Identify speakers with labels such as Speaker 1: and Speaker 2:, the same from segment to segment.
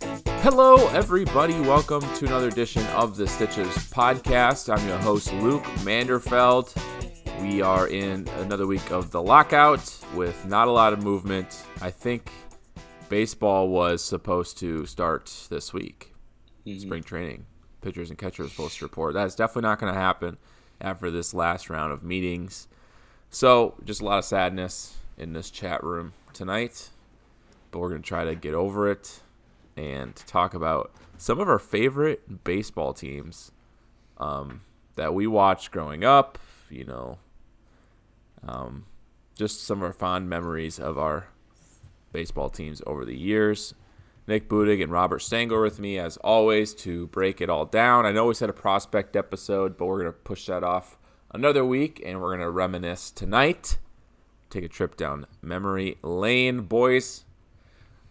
Speaker 1: Hello, everybody. Welcome to another edition of the Stitches podcast. I'm your host, Luke Manderfeld. We are in another week of the lockout with not a lot of movement. I think baseball was supposed to start this week, spring training. Pitchers and catchers supposed to report. That's definitely not going to happen after this last round of meetings. So, just a lot of sadness in this chat room tonight, but we're going to try to get over it and talk about some of our favorite baseball teams um, that we watched growing up. You know, um, just some of our fond memories of our baseball teams over the years. Nick Budig and Robert Stangl with me as always to break it all down. I know we said a prospect episode, but we're going to push that off another week and we're going to reminisce tonight. Take a trip down memory lane, boys.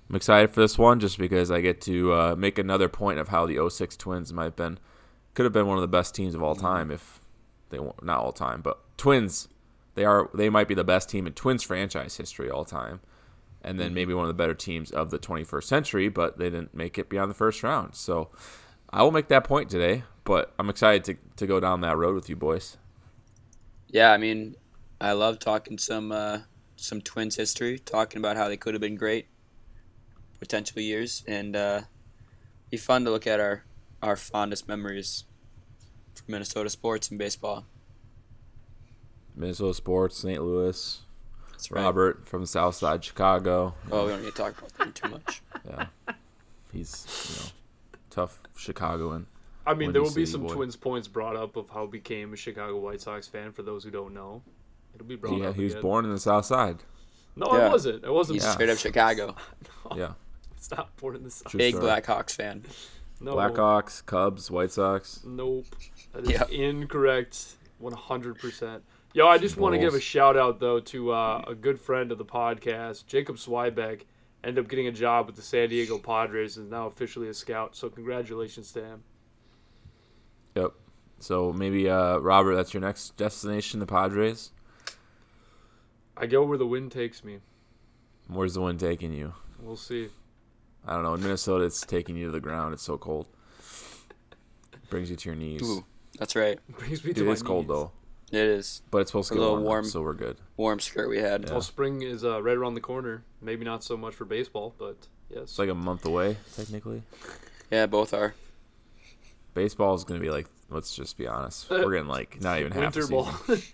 Speaker 1: I'm excited for this one just because I get to uh, make another point of how the 06 Twins might have been could have been one of the best teams of all time if they were not all time, but Twins they are they might be the best team in Twins franchise history all time. And then maybe one of the better teams of the 21st century, but they didn't make it beyond the first round. So I will make that point today, but I'm excited to, to go down that road with you boys.
Speaker 2: Yeah, I mean, I love talking some uh, some Twins history, talking about how they could have been great potential years, and uh, be fun to look at our our fondest memories for Minnesota sports and baseball.
Speaker 1: Minnesota Sports, St. Louis,
Speaker 2: That's right.
Speaker 1: Robert from Southside Chicago.
Speaker 2: Oh, we don't need to talk about them too much.
Speaker 1: Yeah. He's, you know, tough Chicagoan.
Speaker 3: I mean,
Speaker 1: Windy
Speaker 3: there will be
Speaker 1: City
Speaker 3: some
Speaker 1: boy.
Speaker 3: Twins points brought up of how he became a Chicago White Sox fan. For those who don't know, it'll be brought
Speaker 1: Yeah,
Speaker 3: up.
Speaker 1: he was
Speaker 3: again.
Speaker 1: born in the South Side.
Speaker 3: No, I
Speaker 2: Yeah.
Speaker 3: wasn't. I wasn't.
Speaker 2: He's
Speaker 1: Yeah.
Speaker 2: straight up Chicago.
Speaker 3: Oh.
Speaker 1: Yeah.
Speaker 3: It's not born in the South.
Speaker 1: True
Speaker 2: Big
Speaker 1: story.
Speaker 2: Blackhawks fan.
Speaker 3: No,
Speaker 1: Blackhawks, Cubs, White Sox.
Speaker 3: Nope. That is
Speaker 2: Yep.
Speaker 3: incorrect. 100%. Yo, I just want to give a
Speaker 1: Balls.
Speaker 3: shout out, though, to uh, a good friend of the podcast, Jacob Swybeck. Ended up getting a job with the San Diego Padres and is now officially a scout. So, congratulations to him.
Speaker 1: Yep. So maybe uh, Robert, that's your next destination, the Padres.
Speaker 3: I go where the wind takes me.
Speaker 1: Where's the wind taking you?
Speaker 3: We'll see.
Speaker 1: I don't know. In Minnesota, it's taking you to the ground. It's so cold. Brings you to your knees.
Speaker 2: Ooh, that's right.
Speaker 3: Brings me
Speaker 1: Dude,
Speaker 3: to
Speaker 1: it's
Speaker 3: my
Speaker 1: cold
Speaker 3: knees.
Speaker 1: though,
Speaker 2: It is
Speaker 1: but it's supposed to
Speaker 2: A
Speaker 1: get
Speaker 2: little
Speaker 1: warm,
Speaker 2: warm.
Speaker 1: so we're good.
Speaker 2: warm skirt we had.
Speaker 1: Yeah.
Speaker 3: Well, spring is uh, right around the corner. Maybe not so much for baseball, but yes.
Speaker 1: It's like a month away technically.
Speaker 2: Yeah, both are.
Speaker 1: Baseball is gonna be like, let's just be honest, we're getting like not even half. the
Speaker 3: winter ball.
Speaker 1: season.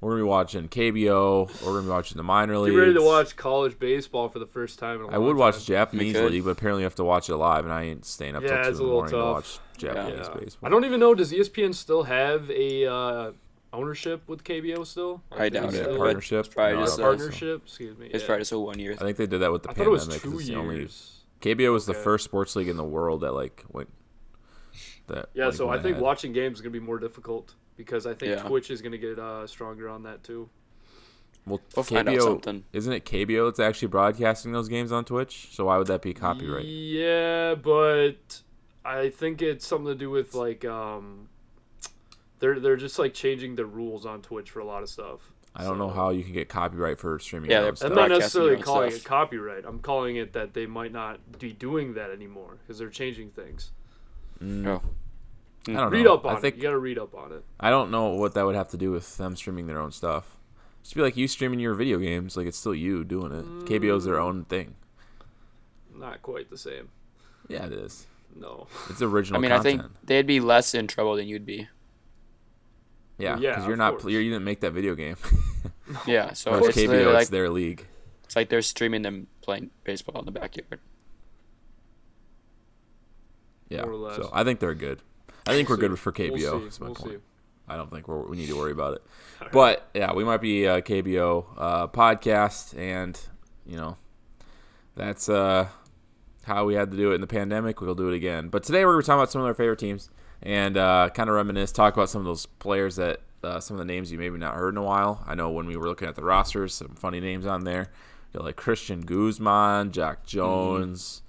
Speaker 1: We're gonna be watching KBO. We're gonna be watching the minor leagues.
Speaker 3: Get ready to watch college baseball for the first time in a
Speaker 1: I
Speaker 3: long
Speaker 1: would watch
Speaker 3: time.
Speaker 1: Japanese
Speaker 2: We could.
Speaker 1: league, but apparently you have to watch it live, and I ain't staying up
Speaker 3: Yeah,
Speaker 1: till two
Speaker 3: it's a
Speaker 1: in the morning
Speaker 3: little
Speaker 1: to
Speaker 3: tough.
Speaker 1: watch Japanese
Speaker 3: Yeah.
Speaker 1: baseball.
Speaker 3: I don't even know. Does E ESPN still have a uh, ownership with KBO still? Like,
Speaker 2: I
Speaker 3: do they
Speaker 2: doubt
Speaker 1: Is it
Speaker 2: it.
Speaker 3: still-
Speaker 1: a
Speaker 2: but
Speaker 1: partnership?
Speaker 2: it's probably
Speaker 1: No, I
Speaker 2: just
Speaker 1: don't
Speaker 2: a-
Speaker 1: think so.
Speaker 3: Partnership. Excuse me.
Speaker 2: It's
Speaker 3: yeah.
Speaker 2: probably just a one year
Speaker 1: I
Speaker 2: thing.
Speaker 1: think they did that with the
Speaker 3: I thought it
Speaker 1: pandemic.
Speaker 3: was
Speaker 1: 'cause
Speaker 3: two
Speaker 1: it's the only
Speaker 3: years.
Speaker 1: KBO was the
Speaker 3: Okay.
Speaker 1: first sports league in the world that like went. That
Speaker 3: Yeah,
Speaker 1: like,
Speaker 3: so I
Speaker 1: went
Speaker 3: think
Speaker 1: ahead.
Speaker 3: watching games is gonna be more difficult because I think
Speaker 2: Yeah.
Speaker 3: Twitch is gonna get uh, stronger on that too.
Speaker 1: well,
Speaker 2: We'll
Speaker 1: KBO
Speaker 2: find out something.
Speaker 1: isn't it KBO that's actually broadcasting those games on Twitch? So why would that be copyright?
Speaker 3: Yeah, but I think it's something to do with like um, they're they're just like changing the rules on Twitch for a lot of stuff.
Speaker 1: I don't know
Speaker 3: So-
Speaker 1: how you can get copyright for streaming.
Speaker 2: Yeah,
Speaker 1: your own
Speaker 2: they're-
Speaker 3: I'm
Speaker 1: stuff.
Speaker 3: not
Speaker 2: Broadcasting
Speaker 3: necessarily
Speaker 2: their own
Speaker 3: calling
Speaker 2: stuff.
Speaker 3: it copyright. I'm calling it that they might not be doing that anymore because they're changing things.
Speaker 1: Mm,
Speaker 2: Oh.
Speaker 1: I don't
Speaker 3: Read
Speaker 1: know.
Speaker 3: up on
Speaker 1: I think
Speaker 3: it. You got to read up on it.
Speaker 1: I don't know what that would have to do with them streaming their own stuff. Just be like you streaming your video games, like it's still you doing it. KBO's their own thing.
Speaker 3: Not quite the same.
Speaker 1: Yeah, it is.
Speaker 3: No.
Speaker 1: It's original.
Speaker 2: I mean, I
Speaker 1: content.
Speaker 2: think they'd be less in trouble than you'd be.
Speaker 1: yeah,
Speaker 3: Yeah,
Speaker 1: because you're
Speaker 3: of
Speaker 1: not
Speaker 3: course.
Speaker 1: pl- you didn't make that video game.
Speaker 2: Yeah, so
Speaker 1: Whereas
Speaker 2: it's literally
Speaker 1: KBO,
Speaker 2: like
Speaker 1: it's their league.
Speaker 2: It's like they're streaming them playing baseball in the backyard.
Speaker 1: Yeah.
Speaker 3: More or less.
Speaker 1: So I think they're good. I think we're
Speaker 3: see.
Speaker 1: good for KBO.
Speaker 3: We'll see.
Speaker 1: Is my
Speaker 3: We'll
Speaker 1: point.
Speaker 3: see.
Speaker 1: I don't think we're, we need to worry about it. But yeah, we might be a KBO uh, podcast, and you know, that's uh, how we had to do it in the pandemic. We'll do it again. But today we're talking about some of our favorite teams and uh, kind of reminisce, talk about some of those players that uh, some of the names you maybe not heard in a while. I know when we were looking at the rosters, some funny names on there, you know, like Christian Guzman, Jack Jones.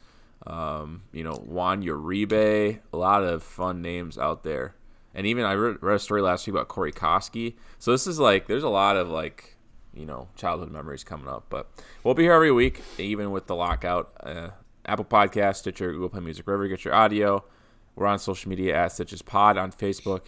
Speaker 1: Um, you know, Juan Uribe, a lot of fun names out there. And even I re- read a story last week about Corey Koski. So this is like, there's a lot of like, you know, childhood memories coming up. But we'll be here every week, even with the lockout. Uh, Apple Podcast, Stitcher, Google Play Music, wherever you get your audio. We're on social media at Stitches Pod on Facebook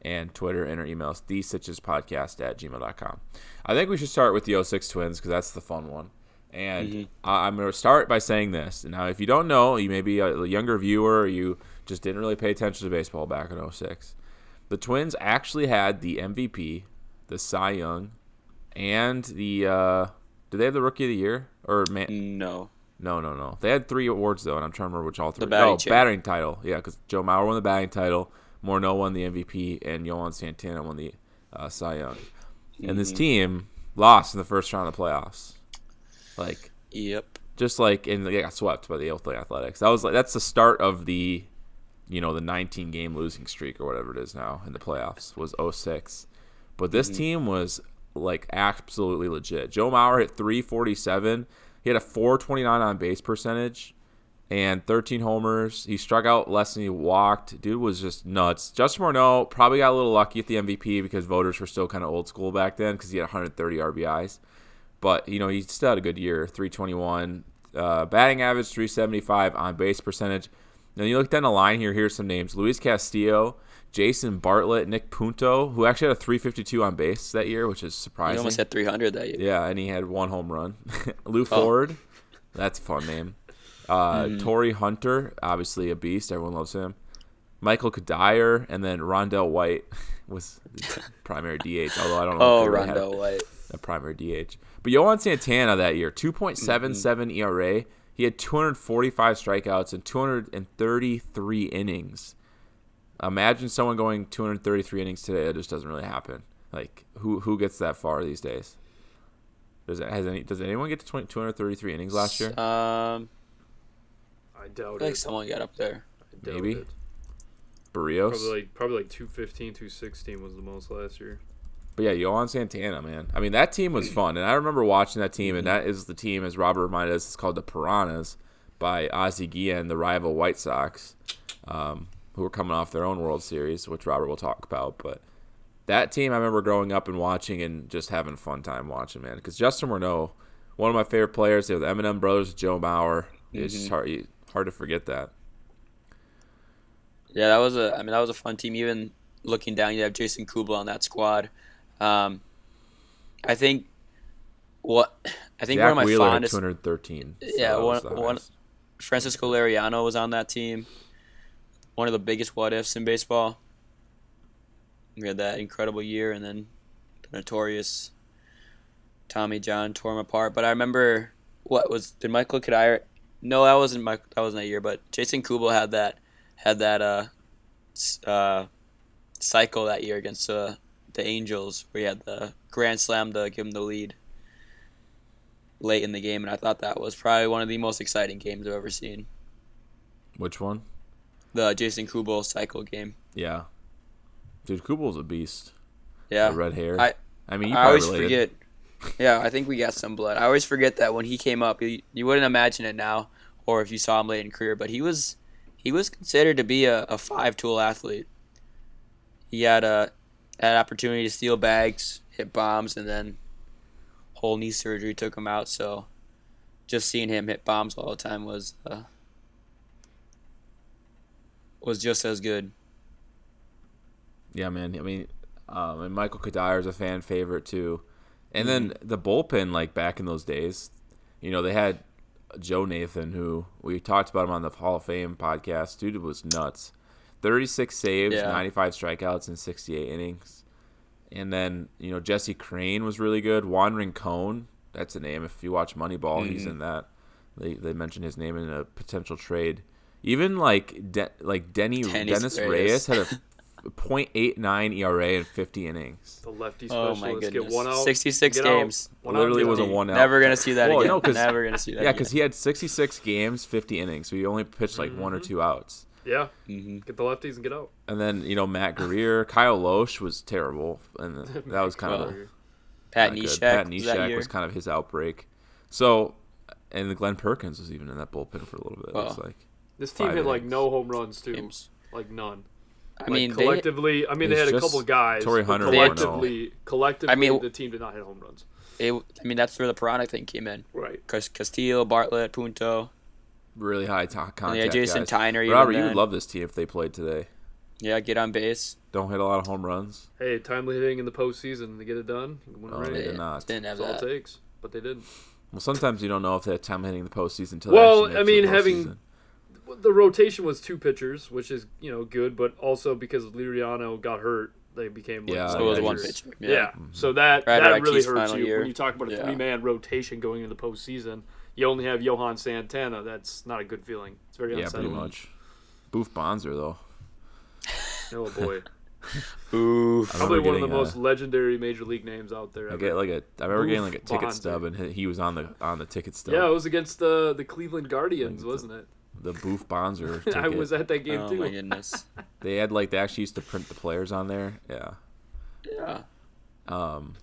Speaker 1: and Twitter, and our emails, the Stitches Podcast at gmail.com. I think we should start with the 06 Twins because that's the fun one. And I, I'm going to start by saying this. Now, if you don't know, you may be a younger viewer, or you just didn't really pay attention to baseball back in 06. The Twins actually had the MVP, the Cy Young, and the. Uh, did they have the Rookie of the Year? Or man,
Speaker 2: No.
Speaker 1: no, no, no. They had three awards though, and I'm trying to remember which all three.
Speaker 2: batting
Speaker 1: oh,
Speaker 2: champ.
Speaker 1: batting title. Yeah, because Joe Mauer won the batting title, Morneau won the MVP, and Yohan Santana won the uh, Cy Young. And this team lost in the first round of the playoffs. Like
Speaker 2: Yep.
Speaker 1: just like and they got swept by the Oakland Athletics. That was like that's the start of the, you know, the 19 game losing streak or whatever it is now in the playoffs was 06. But this team was like absolutely legit. Joe Mauer hit 347. He had a 429 on base percentage and 13 homers. He struck out less than he walked. Dude was just nuts. Justin Morneau probably got a little lucky at the MVP because voters were still kind of old school back then because he had 130 RBIs but you know he still had a good year 321 uh, batting average 375 on base percentage now you look down the line here here's some names luis castillo jason bartlett nick punto who actually had a 352 on base that year which is
Speaker 2: He
Speaker 1: surprising
Speaker 2: almost had 300 that year.
Speaker 1: yeah and he had one home run lou ford that's a fun name uh, Torrey hunter obviously a beast everyone loves him michael Kadire, and then rondell white was the primary dh although i don't know if
Speaker 2: Oh,
Speaker 1: they really had-
Speaker 2: Rondo White.
Speaker 1: a primary DH. But Yohan Santana that year, 2.77 ERA. E He had 245 strikeouts and 233 innings. Imagine someone going 233 innings today. That just doesn't really happen. Like who who gets that far these days? Does it, has any does anyone get to 20, 233 innings last year?
Speaker 2: Um,
Speaker 3: I doubt
Speaker 2: I feel like
Speaker 3: it.
Speaker 2: someone got up there.
Speaker 3: I doubt
Speaker 1: maybe.
Speaker 3: it.
Speaker 1: Barrios.
Speaker 3: Probably like probably like 215, 216 was the most last year.
Speaker 1: But yeah, Yohan Santana, man. I mean, that team was fun, and I remember watching that team, and that is the team, as Robert reminded us, it's called the Piranhas by Ozzie Guillen, the rival White Sox, um, who were coming off their own World Series, which Robert will talk about. But that team, I remember growing up and watching, and just having a fun time watching, man. Because Justin Renault, one of my favorite players, they were the Eminem Brothers, Joe Mauer. It's
Speaker 2: Mm-hmm.
Speaker 1: just hard, hard to forget that.
Speaker 2: Yeah, that was a. I mean, that was a fun team. Even looking down, you have Jason Kubla on that squad. Um, I think what I think
Speaker 1: Zach
Speaker 2: one of my
Speaker 1: Wheeler had
Speaker 2: fondest
Speaker 1: 213. so
Speaker 2: Yeah,
Speaker 1: that was
Speaker 2: one-
Speaker 1: the
Speaker 2: one-
Speaker 1: highest.
Speaker 2: Francisco Lariano was on that team. One of the biggest what ifs in baseball. We had that incredible year, and then the notorious Tommy John tore him apart. But I remember what was did Michael Kadire? No, that wasn't Mike. That wasn't that year. But Jason Kubel had that had that uh, s- uh cycle that year against uh, the Angels, where he had the grand slam to give him the lead late in the game, and I thought that was probably one of the most exciting games I've ever seen.
Speaker 1: Which one?
Speaker 2: The Jason Kubel cycle game.
Speaker 1: Yeah. Dude, Kubel's a beast.
Speaker 2: Yeah,
Speaker 1: The red hair.
Speaker 2: I
Speaker 1: I mean, you
Speaker 2: I
Speaker 1: probably
Speaker 2: always
Speaker 1: related.
Speaker 2: forget. Yeah, I think we got some blood. I always forget that when he came up, you, you wouldn't imagine it now, or if you saw him late in career. But he was he was considered to be a, a five tool athlete. He had a had opportunity to steal bags, hit bombs, and then whole knee surgery took him out. So just seeing him hit bombs all the time was uh, was just as good.
Speaker 1: Yeah, man. I mean, um, and Michael Kadire is a fan favorite too. And
Speaker 2: Mm-hmm.
Speaker 1: then the bullpen, like back in those days, you know, they had Joe Nathan, who we talked about him on the Hall of Fame podcast. Dude was nuts. 36 saves,
Speaker 2: Yeah.
Speaker 1: 95 strikeouts, and 68 innings. And then, you know, Jesse Crane was really good. Wandering Cone, that's a name. If you watch Moneyball, he's
Speaker 2: Mm-hmm.
Speaker 1: in that. They, they mentioned his name in a potential trade. Even like De- like Denny
Speaker 2: Dennis
Speaker 1: Dennis Reyes
Speaker 2: Reyes.
Speaker 1: had a .89 ERA E in 50 innings.
Speaker 3: The lefty
Speaker 2: Oh,
Speaker 3: specialist
Speaker 2: my
Speaker 3: get
Speaker 2: goodness.
Speaker 3: one out.
Speaker 2: 66
Speaker 3: get out,
Speaker 2: games.
Speaker 3: one out,
Speaker 1: Literally
Speaker 3: get
Speaker 1: was a
Speaker 3: out.
Speaker 1: one out.
Speaker 2: Never gonna see that
Speaker 1: Well,
Speaker 2: again.
Speaker 1: no, 'cause-
Speaker 2: Never gonna see that.
Speaker 1: Yeah,
Speaker 2: again.
Speaker 1: because he had 66 games, 50 innings, so he only pitched like one or
Speaker 2: Mm-hmm.
Speaker 1: two outs.
Speaker 3: Yeah, get the lefties and get out.
Speaker 1: And then you know Matt Greer, Kyle Loesch was terrible, and that was kind of
Speaker 3: Greer.
Speaker 2: Pat
Speaker 1: not
Speaker 2: Neshek.
Speaker 1: good. Pat
Speaker 2: was that
Speaker 1: Neshek
Speaker 2: year?
Speaker 1: was kind of his outbreak. So, and Glenn Perkins was even in that bullpen for a little bit. It looks
Speaker 2: Wow.
Speaker 1: like
Speaker 3: This team
Speaker 1: five
Speaker 3: hit like
Speaker 1: innings.
Speaker 3: no home runs too,
Speaker 2: Games.
Speaker 3: like none.
Speaker 2: I mean,
Speaker 3: like,
Speaker 2: they,
Speaker 3: collectively, I mean they
Speaker 1: It's
Speaker 3: had a
Speaker 1: just
Speaker 3: couple guys.
Speaker 1: Torrey
Speaker 3: but
Speaker 1: Hunter
Speaker 2: and Morneau.
Speaker 3: collectively, collectively,
Speaker 2: I mean-
Speaker 3: the team did not hit home runs.
Speaker 2: they, I mean, that's where the Piranha thing came in.
Speaker 3: Right.
Speaker 2: Cause Castillo, Bartlett, Punto,
Speaker 1: really high to- contact.
Speaker 2: yeah, Jason
Speaker 1: guys.
Speaker 2: Tyner. even
Speaker 1: Robert, you
Speaker 2: then.
Speaker 1: would love this team if they played today.
Speaker 2: Yeah, get on base.
Speaker 1: Don't hit a lot of home runs.
Speaker 3: Hey, timely hitting in the postseason to get it done. You win a
Speaker 1: Oh,
Speaker 3: ring.
Speaker 1: They did
Speaker 2: Yeah,
Speaker 1: not.
Speaker 2: Didn't have
Speaker 3: That's all it
Speaker 2: that.
Speaker 3: takes. But they didn't.
Speaker 1: Well, sometimes you don't know if they have time hitting the postseason until.
Speaker 3: Well,
Speaker 1: they actually
Speaker 3: I
Speaker 1: make it to
Speaker 3: mean,
Speaker 1: the
Speaker 3: having-
Speaker 1: postseason.
Speaker 3: The rotation was two pitchers, which is you know good, but also because Liriano got hurt, they became like,
Speaker 1: Yeah,
Speaker 2: So
Speaker 1: Oh,
Speaker 2: it was
Speaker 1: yeah,
Speaker 2: one
Speaker 1: you're-
Speaker 2: pitcher.
Speaker 3: Yeah.
Speaker 1: Mm-hmm.
Speaker 3: So that
Speaker 2: Right,
Speaker 3: that
Speaker 2: right,
Speaker 3: really
Speaker 2: Keith's
Speaker 3: hurts
Speaker 2: final
Speaker 3: you
Speaker 2: year.
Speaker 3: when you talk about a
Speaker 2: Yeah.
Speaker 3: three man rotation going into the postseason. You only have Johan Santana. That's not a good feeling. It's very
Speaker 1: yeah, pretty
Speaker 3: unsettling.
Speaker 1: much. Boof Bonzer though.
Speaker 3: Oh boy,
Speaker 2: Ooh.
Speaker 1: I
Speaker 3: probably
Speaker 1: remember
Speaker 3: one of the
Speaker 1: getting a-
Speaker 3: most legendary major league names out there.
Speaker 1: I
Speaker 3: ever.
Speaker 1: get like a. I remember getting
Speaker 3: Boof
Speaker 1: like a ticket
Speaker 3: Bonzer.
Speaker 1: stub, and he- he was on the on the ticket stub.
Speaker 3: yeah, it was against the the Cleveland Guardians, wasn't it?
Speaker 1: The Boof Bonzer.
Speaker 3: I
Speaker 1: ticket.
Speaker 3: was at that game
Speaker 2: Oh
Speaker 3: too.
Speaker 2: my goodness.
Speaker 1: They had like they actually used to print the players on there. Yeah.
Speaker 2: Yeah.
Speaker 1: Um,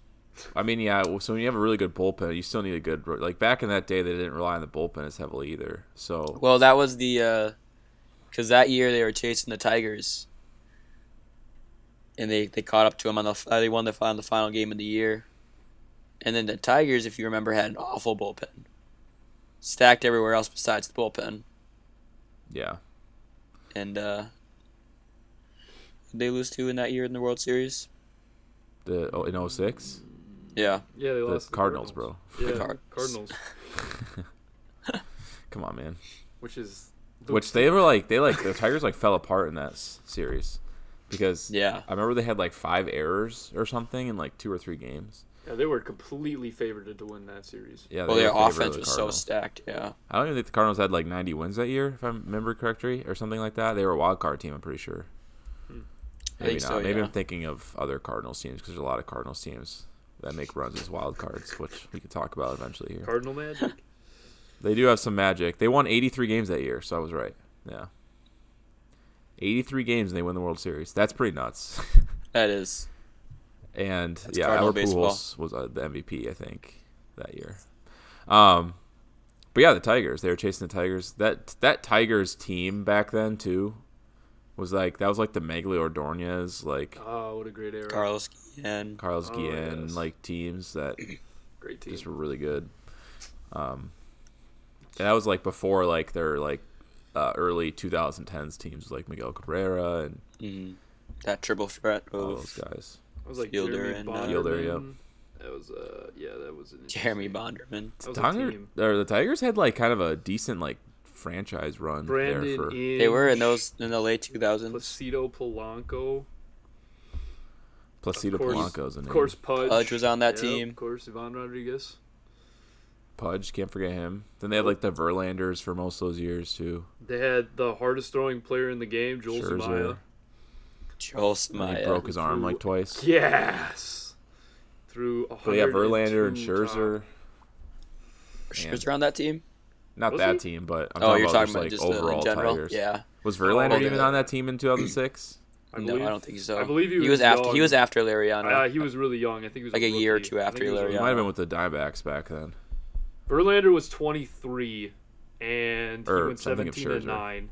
Speaker 1: I mean, yeah. well, So when you have a really good bullpen, you still need a good ro- like back in that day they didn't rely on the bullpen as heavily either. So
Speaker 2: Well, that was the, because that year they were chasing the Tigers, and they, they caught up to them on the f- uh, they won the final the final game of the year, and then the Tigers, if you remember, had an awful bullpen, stacked everywhere else besides the bullpen,
Speaker 1: yeah,
Speaker 2: and uh, did they lose two in that year in the World Series.
Speaker 1: the oh, in 06,
Speaker 2: Yeah,
Speaker 3: Yeah, they
Speaker 1: the
Speaker 3: lost to the
Speaker 1: Cardinals, bro.
Speaker 3: Yeah,
Speaker 2: The Cardinals.
Speaker 3: Cardinals,
Speaker 1: Come on, man.
Speaker 3: which is
Speaker 1: Which they were like they like the Tigers like fell apart in that s- series because
Speaker 2: Yeah.
Speaker 1: I remember they had like five errors or something in like two or three games.
Speaker 3: yeah, they were completely favored to win that series.
Speaker 1: Yeah.
Speaker 2: well,
Speaker 1: they
Speaker 2: their
Speaker 1: were in favor of
Speaker 2: offense
Speaker 1: the
Speaker 2: was so
Speaker 1: Cardinals.
Speaker 2: stacked. Yeah,
Speaker 1: I don't even think the Cardinals had like 90 wins that year, if I remember correctly, or something like that. They were a wild card team, I'm pretty sure.
Speaker 2: I
Speaker 1: Maybe
Speaker 2: Hmm. think
Speaker 1: not.
Speaker 2: so,
Speaker 1: Maybe
Speaker 2: yeah.
Speaker 1: I'm thinking of other Cardinals teams because there's a lot of Cardinals teams that make runs as wild cards, which we could talk about eventually here.
Speaker 3: Cardinal magic.
Speaker 1: They do have some magic. They won 83 games that year, so I was right. Yeah. 83 games and they win the World Series. That's pretty nuts.
Speaker 2: that is.
Speaker 1: and yeah,
Speaker 2: Cardinal
Speaker 1: Albert
Speaker 2: baseball.
Speaker 1: Pujols was uh, the MVP, I think, that year. Um, but yeah, the Tigers. They were chasing the Tigers. That that Tigers team back then too was like that was like the Megley Ordonez, like
Speaker 3: Oh, what a great era!
Speaker 2: Carlos and
Speaker 1: Carlos
Speaker 3: Oh,
Speaker 1: Guillen,
Speaker 3: yes.
Speaker 1: like teams that
Speaker 3: Great team.
Speaker 1: just were really good. Um, and that was like before like their like uh, early 2010s teams like Miguel Cabrera and
Speaker 2: mm, that triple threat
Speaker 1: all those
Speaker 2: of
Speaker 1: guys.
Speaker 3: That was like
Speaker 2: Fielder
Speaker 3: Jeremy
Speaker 2: and, uh,
Speaker 3: Bonderman.
Speaker 1: Fielder, yep.
Speaker 3: That was uh yeah, that was an
Speaker 2: Jeremy
Speaker 3: interesting-
Speaker 2: Bonderman.
Speaker 3: That was a
Speaker 1: Tiger,
Speaker 3: team.
Speaker 1: or the Tigers had like kind of a decent like franchise run there
Speaker 3: Brandon
Speaker 1: for
Speaker 3: Inge,
Speaker 2: They were in those in the late 2000s.
Speaker 3: Placido Polanco,
Speaker 1: Placido
Speaker 3: Of course-
Speaker 1: Polanco's in
Speaker 3: of
Speaker 1: name.
Speaker 3: course Pudge.
Speaker 2: Pudge was on that
Speaker 3: Yep,
Speaker 2: team.
Speaker 3: Of course, Ivan Rodriguez.
Speaker 1: Pudge, can't forget him. Then they had like the Verlanders for most of those years too.
Speaker 3: They had the hardest throwing player in the game, Joel
Speaker 1: Scherzer.
Speaker 3: Zamaya.
Speaker 2: Joel
Speaker 1: And he
Speaker 2: Samaya.
Speaker 1: broke his arm like twice.
Speaker 3: Yes. Through a
Speaker 1: But yeah, Verlander and Scherzer.
Speaker 2: Scherzer on that team?
Speaker 1: Not
Speaker 3: Was
Speaker 1: that
Speaker 3: he?
Speaker 1: team, but I'm
Speaker 2: Oh,
Speaker 1: talking
Speaker 2: you're
Speaker 1: about
Speaker 2: talking
Speaker 1: just
Speaker 2: about
Speaker 1: like
Speaker 2: just the in
Speaker 1: overall
Speaker 2: general.
Speaker 1: Tigers.
Speaker 2: Yeah.
Speaker 1: Was
Speaker 3: Oh,
Speaker 1: Verlander
Speaker 2: yeah.
Speaker 1: even on that team in 2006?
Speaker 3: I
Speaker 2: no,
Speaker 3: believe,
Speaker 2: I don't think so.
Speaker 3: I believe he was,
Speaker 2: was after
Speaker 3: young.
Speaker 2: he was after
Speaker 3: Uh,
Speaker 2: Lariano.
Speaker 3: he was really young. I think he was
Speaker 2: Like a year or
Speaker 3: rookie.
Speaker 2: two
Speaker 3: I think
Speaker 2: after
Speaker 3: he was a
Speaker 1: He
Speaker 2: Larry.
Speaker 1: might have been with the Diamondbacks back then.
Speaker 3: Verlander was 23, and
Speaker 1: Or
Speaker 3: he went
Speaker 1: something of
Speaker 3: 17 and
Speaker 1: Scherzer.
Speaker 3: 9.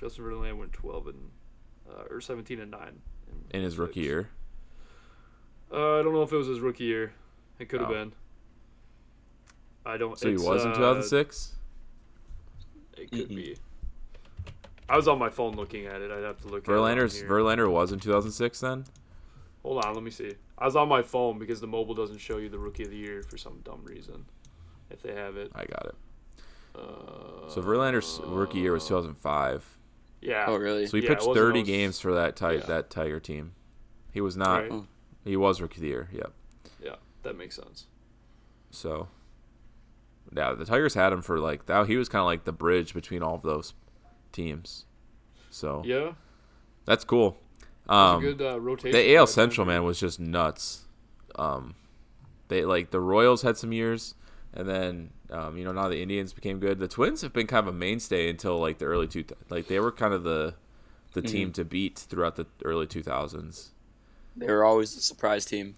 Speaker 3: Justin Verlander went 12 and uh, or 17 and 9.
Speaker 1: In his rookie year,
Speaker 3: Uh, I don't know if it was his rookie year. It could have
Speaker 1: Oh.
Speaker 3: been. I don't.
Speaker 1: so he
Speaker 3: it's,
Speaker 1: was in
Speaker 3: uh,
Speaker 1: 2006.
Speaker 3: It could
Speaker 2: Mhm.
Speaker 3: be. I was on my phone looking at it. I'd have to look.
Speaker 1: Verlander's
Speaker 3: at it on here.
Speaker 1: Verlander was in 2006 then.
Speaker 3: Hold on, let me see. I was on my phone because the mobile doesn't show you the rookie of the year for some dumb reason. If they have it.
Speaker 1: I got it.
Speaker 3: Uh,
Speaker 1: So Verlander's rookie year was 2005.
Speaker 3: yeah.
Speaker 2: Oh, really?
Speaker 1: So he
Speaker 3: Yeah, it
Speaker 1: pitched
Speaker 3: wasn't
Speaker 1: 30
Speaker 3: always-
Speaker 1: games for that ti-
Speaker 3: Yeah.
Speaker 1: that Tiger team. He was not.
Speaker 3: Right.
Speaker 1: He was rookie of the year. Yep.
Speaker 3: Yeah, that makes sense.
Speaker 1: So, yeah, the Tigers had him for like that. He was kind of like the bridge between all of those teams. So
Speaker 3: Yeah.
Speaker 1: that's cool.
Speaker 3: It's a
Speaker 1: Oh. Um,
Speaker 3: good uh, rotation.
Speaker 1: the AL
Speaker 3: for that
Speaker 1: Central
Speaker 3: time
Speaker 1: man was just nuts. Um, they like the Royals had some years, and then um, you know now the Indians became good. The Twins have been kind of a mainstay until like the early two. Like they were kind of the the
Speaker 3: Mm-hmm.
Speaker 1: team to beat throughout the early two thousands.
Speaker 2: They were always a surprise team.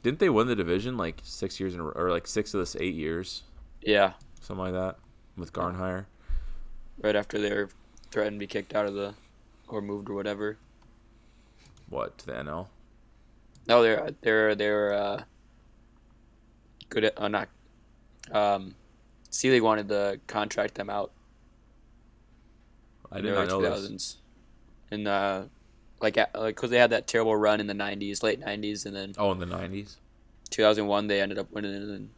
Speaker 2: uh, um,
Speaker 1: I did not know this.
Speaker 2: 2000s. And uh, like because like 'cause they had that terrible run in the 90s, late 90s, and then
Speaker 1: Oh, in the nineties.
Speaker 2: 2001 they ended up winning it and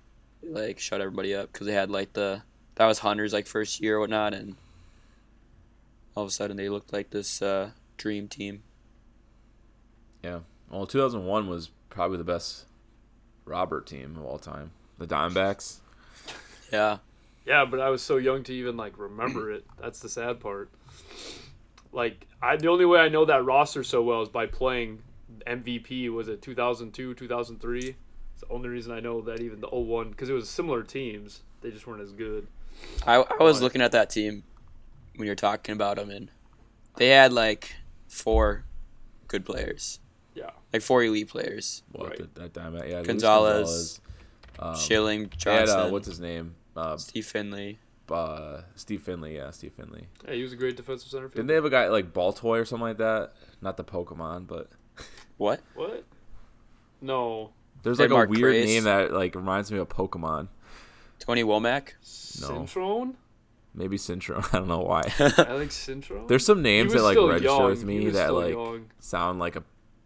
Speaker 2: like shut everybody up because they had like the that was Hunter's like first year or whatnot, and all of a sudden they looked like this uh, dream team.
Speaker 1: Well, two thousand one was probably the best Robert team of all time. The Diamondbacks.
Speaker 2: Yeah,
Speaker 3: Yeah, but I was so young to even like remember it. That's the sad part. Like I, the only way I know that roster so well is by playing MVP. Was it 2002, 2003? It's the only reason I know that even the 01 because it was similar teams. They just weren't as good.
Speaker 2: I I was
Speaker 1: Right.
Speaker 2: looking at that team when you're talking about them, and they had like four good players.
Speaker 3: Yeah.
Speaker 2: like four elite players.
Speaker 1: Well,
Speaker 3: Right.
Speaker 1: that, that Diamondback. Yeah, Luis
Speaker 2: Gonzalez,
Speaker 1: Gonzalez. Um,
Speaker 2: Schilling,
Speaker 1: they had,
Speaker 2: Johnson,
Speaker 1: uh, what's his name? Uh,
Speaker 2: Steve Finley.
Speaker 1: uh, Steve Finley. Yeah, Steve Finley.
Speaker 3: Yeah, he was a great defensive center.
Speaker 1: Didn't
Speaker 3: Fielder.
Speaker 1: they have a guy like Baltoy or something like that? Not the Pokemon, but
Speaker 2: What?
Speaker 3: What? No.
Speaker 1: there's
Speaker 2: They
Speaker 1: like
Speaker 2: had
Speaker 1: a
Speaker 2: Mark
Speaker 1: weird
Speaker 2: Grace.
Speaker 1: name that like reminds me of Pokemon.
Speaker 2: Tony Womack?
Speaker 3: Cintrone?
Speaker 1: Maybe Cintro. I don't know why.
Speaker 3: I think Cintrone.
Speaker 1: There's some names
Speaker 3: was
Speaker 1: that like
Speaker 3: still
Speaker 1: register
Speaker 3: young.
Speaker 1: with
Speaker 3: He
Speaker 1: me
Speaker 3: was
Speaker 1: that
Speaker 3: still
Speaker 1: like
Speaker 3: young.
Speaker 1: sound like a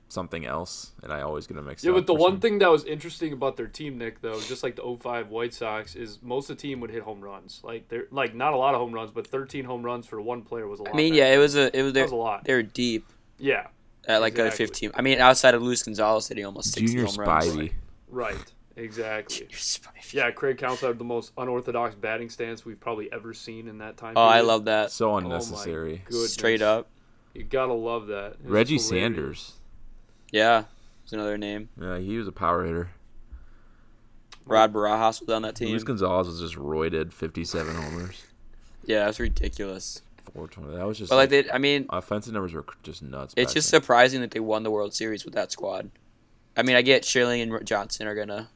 Speaker 1: something else, and I always get them mixed
Speaker 3: Yeah,
Speaker 1: up.
Speaker 3: but the
Speaker 1: for
Speaker 3: one
Speaker 1: some-
Speaker 3: thing that was interesting about their team, Nick, though, just like the 05 White Sox, is most of the team would hit home runs. Like they're like not a lot of home runs, but 13 home runs for one player was a lot.
Speaker 2: I mean,
Speaker 3: back
Speaker 2: yeah, it was a it was
Speaker 3: then. that
Speaker 2: their
Speaker 3: was a lot.
Speaker 2: they were deep
Speaker 3: Yeah,
Speaker 2: at like a
Speaker 3: Exactly.
Speaker 2: fifteen. I mean, outside of Luis Gonzalez, hitting almost sixty
Speaker 1: Junior
Speaker 2: home runs.
Speaker 1: Spivey.
Speaker 3: right, exactly.
Speaker 2: Junior Spivey.
Speaker 3: Yeah, Craig Counsell had the most unorthodox batting stance we've probably ever seen in that time.
Speaker 2: Oh, I
Speaker 3: period.
Speaker 2: love that.
Speaker 1: So
Speaker 3: Oh my
Speaker 1: unnecessary.
Speaker 3: goodness.
Speaker 2: Straight up.
Speaker 3: You gotta love that. It was
Speaker 1: Reggie
Speaker 3: hilarious.
Speaker 1: Sanders.
Speaker 2: Yeah, is another name.
Speaker 1: Yeah, he was a power hitter.
Speaker 2: Rod Barajas was on that team.
Speaker 1: Luis Gonzalez was just roided, 57 homers,
Speaker 2: Yeah, that's ridiculous.
Speaker 1: 420. That was just
Speaker 2: But like
Speaker 1: like,
Speaker 2: they, I mean,
Speaker 1: offensive numbers were cr- just nuts.
Speaker 2: it's
Speaker 1: back
Speaker 2: just
Speaker 1: then.
Speaker 2: surprising that they won the World Series with that squad. I mean, I get Schilling and Johnson are gonna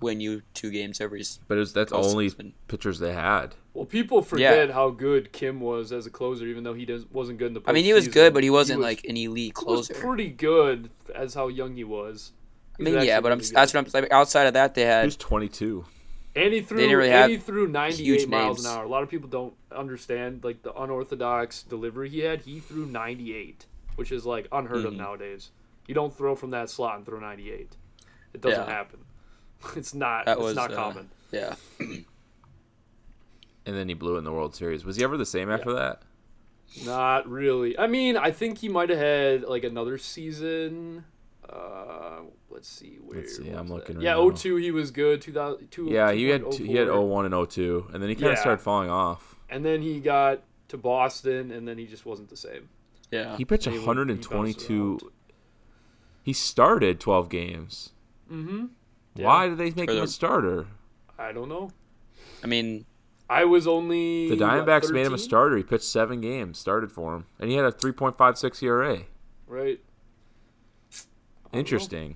Speaker 2: win you two games every. s-
Speaker 1: but it was, that's
Speaker 2: Well,
Speaker 1: only
Speaker 2: it's been-
Speaker 1: pitchers they had.
Speaker 3: Well, people forget how good Kim was as a closer, even though he does, wasn't good in the.
Speaker 2: I mean, he was good, but he wasn't
Speaker 3: was-
Speaker 2: like an elite
Speaker 3: he was
Speaker 2: closer.
Speaker 3: pretty good as how young he was.
Speaker 2: I
Speaker 3: He was
Speaker 2: mean, yeah,
Speaker 3: actually
Speaker 2: but I'm
Speaker 3: really good.
Speaker 2: that's what I'm like. Outside of that, they
Speaker 1: He
Speaker 2: had
Speaker 1: was 22.
Speaker 3: And he threw
Speaker 2: didn't really
Speaker 3: and
Speaker 2: have
Speaker 3: he threw 98
Speaker 2: huge
Speaker 3: miles an
Speaker 2: names.
Speaker 3: hour. A lot of people don't understand like the unorthodox delivery he had. He threw 98, which is like unheard of
Speaker 2: Mhm.
Speaker 3: nowadays. You don't throw from that slot and throw 98. It doesn't
Speaker 2: Yeah.
Speaker 3: happen. It's not
Speaker 2: That
Speaker 3: it's
Speaker 2: was,
Speaker 3: not
Speaker 2: uh,
Speaker 3: common.
Speaker 2: yeah.
Speaker 1: and then he blew it in the World Series. Was he ever the same after that?
Speaker 3: Not really. I mean, I think he might have had like another season. Uh, let's see where.
Speaker 1: Let's see,
Speaker 3: was
Speaker 1: I'm
Speaker 3: that?
Speaker 1: looking right
Speaker 3: Yeah,
Speaker 1: now.
Speaker 3: 02 he was good. 2000
Speaker 1: Yeah, he had he had
Speaker 3: 2.04.
Speaker 1: 01 and 02, and then he kind of
Speaker 3: Yeah.
Speaker 1: started falling off.
Speaker 3: and then he got to Boston, and then he just wasn't the same.
Speaker 2: Yeah.
Speaker 1: He pitched
Speaker 3: Uh, They would- he bounced
Speaker 1: 122.
Speaker 3: around.
Speaker 1: He started 12 games.
Speaker 3: Mm-hmm.
Speaker 1: Why did they make
Speaker 2: For
Speaker 1: him a
Speaker 2: the-
Speaker 1: starter?
Speaker 3: I don't know.
Speaker 2: I mean,
Speaker 3: I was only
Speaker 1: The
Speaker 3: what,
Speaker 1: Diamondbacks made him a
Speaker 3: 13?
Speaker 1: starter. He pitched seven games, started for him, and he had a 3.56
Speaker 3: Oh,
Speaker 1: ERA.
Speaker 3: Right.
Speaker 1: Interesting.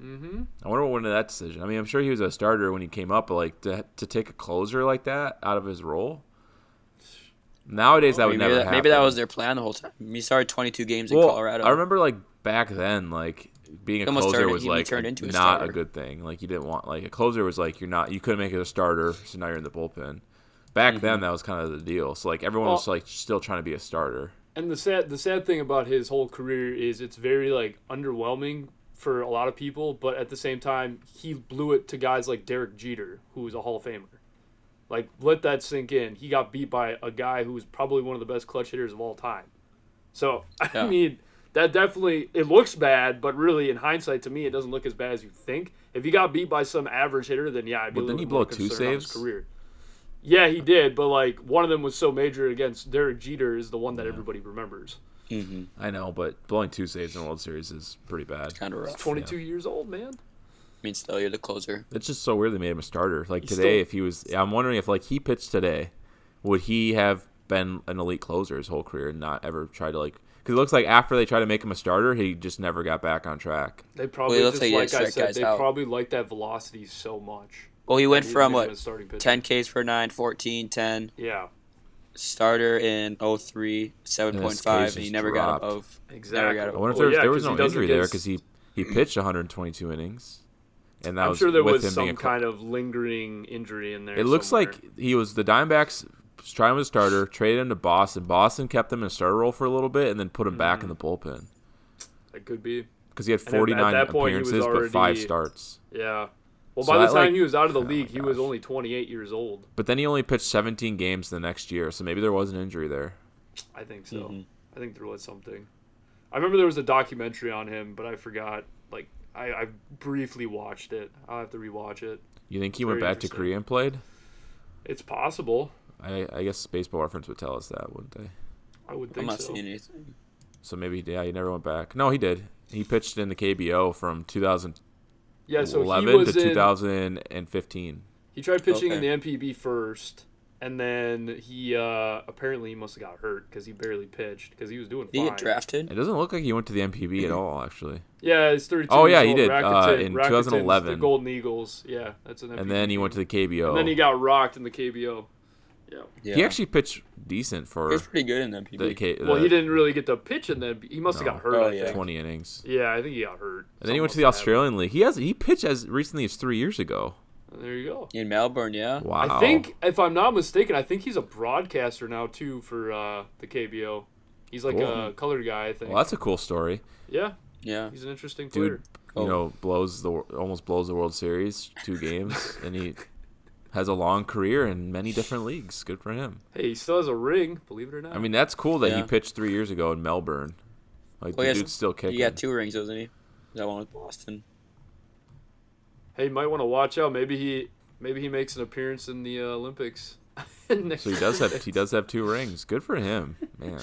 Speaker 3: Mm-hmm.
Speaker 1: I wonder what went into that decision. I mean, I'm sure he was a starter when he came up, but like to, to take a closer like that out of his role. Nowadays, that would
Speaker 2: maybe,
Speaker 1: never
Speaker 2: that,
Speaker 1: happen.
Speaker 2: maybe that was their plan the whole time. He started 22 games in
Speaker 1: well,
Speaker 2: Colorado.
Speaker 1: I remember like back then, like being a
Speaker 2: Almost
Speaker 1: closer
Speaker 2: turned-
Speaker 1: was
Speaker 2: he
Speaker 1: like
Speaker 2: turned into a
Speaker 1: not a
Speaker 2: starter.
Speaker 1: good thing. Like you didn't want like a closer was like you're not you couldn't make it a starter, so now you're in the bullpen. Back
Speaker 2: Mm-hmm.
Speaker 1: then, that was kind of the deal. So like everyone was
Speaker 3: Well-
Speaker 1: like still trying to be a starter.
Speaker 3: And the sad the sad thing about his whole career is it's very like underwhelming for a lot of people, but at the same time he blew it to guys like Derek Jeter, who is a Hall of Famer. Like let that sink in. He got beat by a guy who was probably one of the best clutch hitters of all time. So I
Speaker 2: Yeah.
Speaker 3: mean that definitely it looks bad, but really in hindsight to me it doesn't look as bad as you think. If he got beat by some average hitter, then yeah, I'd be
Speaker 1: But
Speaker 3: a
Speaker 1: didn't
Speaker 3: little
Speaker 1: he
Speaker 3: bit more
Speaker 1: blow two
Speaker 3: concerned about his
Speaker 1: saves?
Speaker 3: career. Yeah, he did, but like one of them was so major against Derek Jeter is the one that everybody remembers.
Speaker 2: hmm
Speaker 1: I know, but blowing two saves in a World Series is pretty bad.
Speaker 2: Kind of rough. I
Speaker 3: 22 years old, man.
Speaker 2: mean, still, you're the closer.
Speaker 1: It's just so weird they made him a starter. Like
Speaker 3: He's
Speaker 1: today,
Speaker 3: still-
Speaker 1: if he was, I'm wondering if like he pitched today, would he have been an elite closer his whole career and not ever tried to like? Because it looks like after they tried to make him a starter, he just never got back on track.
Speaker 3: They probably
Speaker 2: Well,
Speaker 3: just
Speaker 2: that's how you
Speaker 3: like I
Speaker 2: strike
Speaker 3: said,
Speaker 2: guys
Speaker 3: they
Speaker 2: out.
Speaker 3: probably like that velocity so much.
Speaker 2: Well, he went
Speaker 3: They
Speaker 2: from
Speaker 3: made him a
Speaker 2: what
Speaker 3: starting pitcher.
Speaker 2: 10 Ks per nine, 14, 10,
Speaker 3: Yeah,
Speaker 2: starter in 03,
Speaker 1: And
Speaker 2: 7.5,
Speaker 1: his
Speaker 2: and
Speaker 1: Ks
Speaker 2: he
Speaker 1: just
Speaker 2: never got
Speaker 1: dropped.
Speaker 2: above.
Speaker 3: exactly.
Speaker 2: got it.
Speaker 1: I wonder if
Speaker 3: Well,
Speaker 1: there,
Speaker 3: yeah,
Speaker 1: there was
Speaker 3: 'cause he
Speaker 1: no
Speaker 3: does
Speaker 1: injury there
Speaker 3: against-
Speaker 1: because he he pitched 122 innings, and that
Speaker 3: I'm
Speaker 1: was
Speaker 3: sure there
Speaker 1: with him
Speaker 3: was
Speaker 1: being
Speaker 3: some
Speaker 1: a cl-
Speaker 3: kind of lingering injury in there.
Speaker 1: It looks like he was the Diamondbacks try him as a starter, traded him to Boston. Boston kept him in a starter role for a little bit, and then put him back in the bullpen
Speaker 3: That could be.
Speaker 1: because he had
Speaker 3: And then Mm-hmm. at
Speaker 1: 49
Speaker 3: that point, he was
Speaker 1: appearances but five
Speaker 3: already-
Speaker 1: starts.
Speaker 3: Yeah. Well,
Speaker 1: So
Speaker 3: by the
Speaker 1: I,
Speaker 3: time
Speaker 1: like-
Speaker 3: he was out of the
Speaker 1: oh my
Speaker 3: league, he was
Speaker 1: gosh.
Speaker 3: only 28 years old.
Speaker 1: But then he only pitched 17 games the next year, so maybe there was an injury there.
Speaker 3: I think so.
Speaker 2: Mm-hmm.
Speaker 3: I think there was something. I remember there was a documentary on him, but I forgot. Like I, I briefly watched it. I'll have to rewatch it.
Speaker 1: You think he
Speaker 3: Very
Speaker 1: went back to
Speaker 3: interesting.
Speaker 1: Korea and played?
Speaker 3: It's possible.
Speaker 1: I, I guess Baseball Reference would tell us that, wouldn't they?
Speaker 3: I would
Speaker 2: I'm
Speaker 3: think
Speaker 2: not
Speaker 3: so.
Speaker 2: seeing anything.
Speaker 1: So maybe yeah, he never went back. No, he did. He pitched in the KBO from 2011
Speaker 3: Yeah, so he
Speaker 1: to
Speaker 3: was in.
Speaker 1: 2015.
Speaker 3: He tried pitching
Speaker 2: Okay.
Speaker 3: in the MPB first, and then he uh, apparently he must have got hurt because he barely pitched because he was doing
Speaker 2: Did he
Speaker 3: fine.
Speaker 2: get drafted?
Speaker 1: It doesn't look like he went to the MPB at all, actually.
Speaker 3: Yeah, he's 32.
Speaker 1: Oh, yeah,
Speaker 3: years
Speaker 1: he
Speaker 3: old.
Speaker 1: did, uh,
Speaker 3: Rakuten-
Speaker 1: in
Speaker 3: Rakuten's
Speaker 1: 2011.
Speaker 3: The Golden Eagles. Yeah, that's an. MPB.
Speaker 1: And then he went to the KBO.
Speaker 3: And then he got rocked in the KBO. Yeah.
Speaker 2: Yeah.
Speaker 1: He actually pitched decent for
Speaker 2: He was pretty good in that
Speaker 1: the,
Speaker 2: PB.
Speaker 1: K, the
Speaker 3: Well, he didn't really get to pitch in that. He must have
Speaker 1: No.
Speaker 3: got hurt.
Speaker 2: Oh,
Speaker 3: I
Speaker 2: yeah.
Speaker 3: think.
Speaker 1: 20 innings.
Speaker 3: Yeah, I think he got hurt.
Speaker 1: And then he went to
Speaker 3: Something
Speaker 1: the
Speaker 3: must have
Speaker 1: Australian League. He has he pitched as recently as three years ago.
Speaker 3: happened. There you go.
Speaker 2: In Melbourne, yeah.
Speaker 1: Wow.
Speaker 3: I think, if I'm not mistaken, I think he's a broadcaster now too for uh, the KBO. He's like a
Speaker 1: Cool.
Speaker 3: color guy, I think.
Speaker 1: Well, that's a cool story.
Speaker 3: Yeah,
Speaker 2: Yeah.
Speaker 3: he's an interesting player.
Speaker 1: Dude,
Speaker 2: Cool.
Speaker 1: you know, blows the almost blows the World Series two games, and he has a long career in many different leagues. Good for him.
Speaker 3: Hey, he still has a ring, believe it or not.
Speaker 1: I mean, that's cool that he
Speaker 2: Yeah.
Speaker 1: pitched three years ago in Melbourne. Like
Speaker 2: Well,
Speaker 1: the
Speaker 2: yes,
Speaker 1: dude's still kicking.
Speaker 2: He got two rings, doesn't he? That one with Boston.
Speaker 3: hey, you might want to watch out. Maybe he, maybe he makes an appearance in the uh, Olympics. Next
Speaker 1: so he does have
Speaker 3: year.
Speaker 1: he does have two rings. Good for him, man.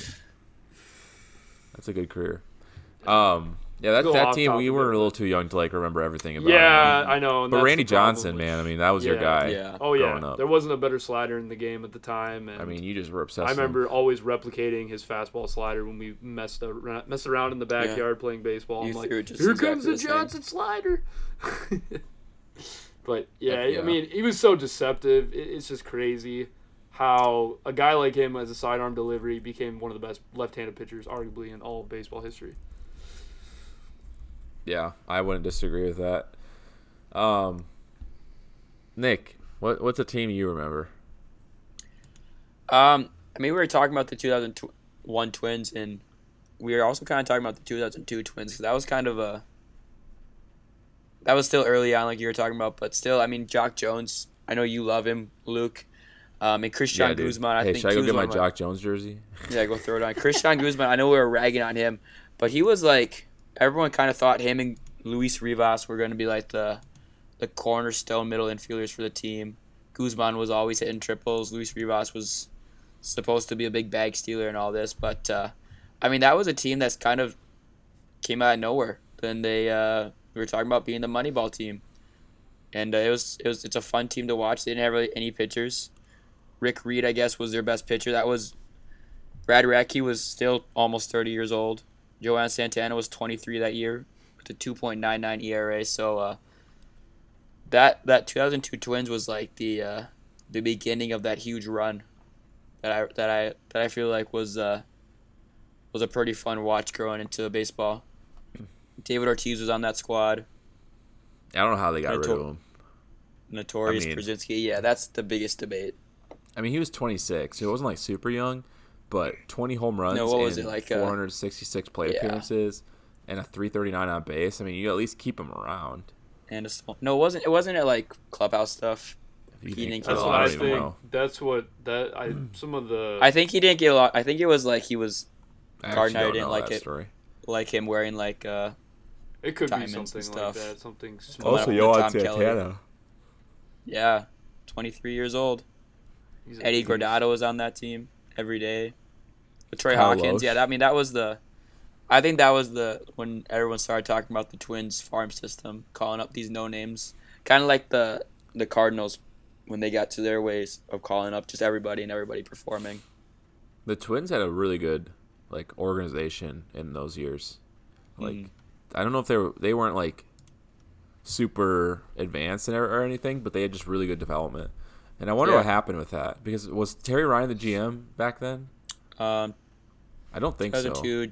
Speaker 1: That's a good career. Um, yeah, that
Speaker 3: Go
Speaker 1: that
Speaker 3: off
Speaker 1: team we
Speaker 3: topic
Speaker 1: were
Speaker 3: a
Speaker 1: a little too young to like remember everything about.
Speaker 3: Yeah,
Speaker 1: him.
Speaker 3: I know. and
Speaker 1: but
Speaker 3: that's
Speaker 1: Randy
Speaker 3: the problem
Speaker 1: Johnson,
Speaker 3: with-
Speaker 1: man. I mean, that was your
Speaker 3: Yeah.
Speaker 1: guy.
Speaker 2: Yeah.
Speaker 3: Oh yeah,
Speaker 1: growing up.
Speaker 3: there wasn't a better slider in the game at the time. And
Speaker 1: I mean, you just were obsessed.
Speaker 3: I
Speaker 1: with him.
Speaker 3: remember always replicating his fastball slider when we messed ar- messed around in the backyard playing baseball.
Speaker 2: You
Speaker 3: I'm like,
Speaker 2: threw it just
Speaker 3: here
Speaker 2: exactly
Speaker 3: comes the
Speaker 2: the same."
Speaker 3: Johnson slider. but yeah,
Speaker 1: Yeah.
Speaker 3: I mean, he was so deceptive. It- It's just crazy how a guy like him as a sidearm delivery became one of the best left-handed pitchers, arguably in all of baseball history.
Speaker 1: Yeah, I wouldn't disagree with that. Um, Nick, what what's a team you remember?
Speaker 2: Um, I mean, we were talking about the 2001 Twins, and we were also kind of talking about the 2002 Twins because that was kind of a that was still early on, like you were talking about. But still, I mean, Jock Jones. I know you love him, Luke. Um, and Christian
Speaker 1: dude.
Speaker 2: Guzman. I
Speaker 1: hey,
Speaker 2: think
Speaker 1: should I go get my
Speaker 2: Guzman might-
Speaker 1: Jock Jones jersey?
Speaker 2: Yeah, go throw it on. Christian Guzman, I know we were ragging on him, but he was like everyone kind of thought him and Luis Rivas were going to be like the the cornerstone middle infielders for the team. Guzman was always hitting triples. Luis Rivas was supposed to be a big bag stealer and all this, but uh, I mean that was a team that's kind of came out of nowhere. Then they uh, we were talking about being the Moneyball team, and uh, it was it was it's a fun team to watch. They didn't have really any pitchers. Rick Reed, I guess, was their best pitcher. That was Brad Radke was still almost 30 years old. Joanne Santana was 23 that year with a 2.99 ERA. So uh, that that 2002 Twins was like the uh, the beginning of that huge run that I that I that I feel like was uh, was a pretty fun watch growing into baseball. David Ortiz was on that squad.
Speaker 1: I don't know how they got
Speaker 2: I
Speaker 1: rid
Speaker 2: told-
Speaker 1: of him.
Speaker 2: Notorious
Speaker 1: I mean-
Speaker 2: Brzezinski. Yeah, that's the biggest debate.
Speaker 1: I mean, he was 26. He wasn't like super young, but 20 home runs
Speaker 2: No, what was
Speaker 1: and
Speaker 2: it, like, uh,
Speaker 1: 466 plate
Speaker 2: yeah.
Speaker 1: appearances and a 339 on base. I mean, you at least keep him around.
Speaker 2: And a small, no, it wasn't it wasn't it like clubhouse stuff.
Speaker 1: If you
Speaker 2: He
Speaker 1: think
Speaker 2: didn't
Speaker 3: That's
Speaker 1: so,
Speaker 2: Oh,
Speaker 3: what
Speaker 2: I
Speaker 3: I,
Speaker 1: don't even
Speaker 3: think.
Speaker 1: know.
Speaker 3: That's what that I some of the
Speaker 2: I think he didn't get a lot. I think it was like he was
Speaker 1: I actually
Speaker 2: Gardner
Speaker 1: don't
Speaker 2: didn't
Speaker 1: know
Speaker 2: like
Speaker 1: that
Speaker 2: it.
Speaker 1: story.
Speaker 2: like him wearing like uh
Speaker 3: it could be
Speaker 2: diamonds
Speaker 3: something
Speaker 2: and
Speaker 3: like
Speaker 2: stuff.
Speaker 3: that. Something small.
Speaker 2: Oh, Also, Johan Tom Santana. Kelly. yeah 23 years old
Speaker 3: He's a-
Speaker 2: eddie gordado was on that team every day but troy
Speaker 1: Kyle
Speaker 2: hawkins
Speaker 1: Loesch.
Speaker 2: yeah that, i mean that was the i think that was the when everyone started talking about the twins farm system calling up these no names kind of like the the cardinals when they got to their ways of calling up just everybody and everybody performing
Speaker 1: The Twins had a really good like organization in those years. Like I don't know if they were they weren't like super advanced and- or anything, but they had just really good development. And I wonder
Speaker 2: Yeah.
Speaker 1: what happened with that because was Terry Ryan the GM back then?
Speaker 2: um
Speaker 1: I don't think so.
Speaker 2: 2002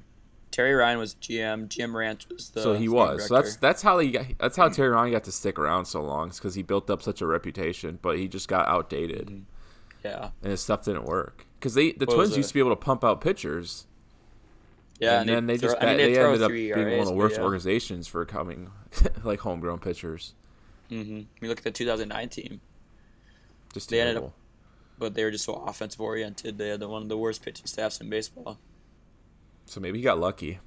Speaker 2: terry ryan was gm jim ranch was the
Speaker 1: So he
Speaker 2: team
Speaker 1: was. So
Speaker 2: director. Hmm.
Speaker 1: that's that's how he got, that's how Terry Ryan got to stick around so long because he built up such a reputation, but he just got outdated.
Speaker 2: Yeah.
Speaker 1: and his stuff didn't work because they the
Speaker 2: Hmm. What was
Speaker 1: Twins used
Speaker 2: it?
Speaker 1: to be able to pump out pitchers,
Speaker 2: Yeah.
Speaker 1: and, then they
Speaker 2: throw-
Speaker 1: just
Speaker 2: I mean,
Speaker 1: they,
Speaker 2: throw
Speaker 1: ended up
Speaker 2: three
Speaker 1: being one of
Speaker 2: ERAs,
Speaker 1: the
Speaker 2: but
Speaker 1: worst
Speaker 2: yeah.
Speaker 1: organizations for coming like homegrown pitchers.
Speaker 2: Mhm. We look at the 2009 team,
Speaker 1: Just
Speaker 2: They ended up-
Speaker 1: terrible.
Speaker 2: but they were just so offensive oriented. They had the, one of the worst pitching staffs in baseball.
Speaker 1: So maybe he got lucky,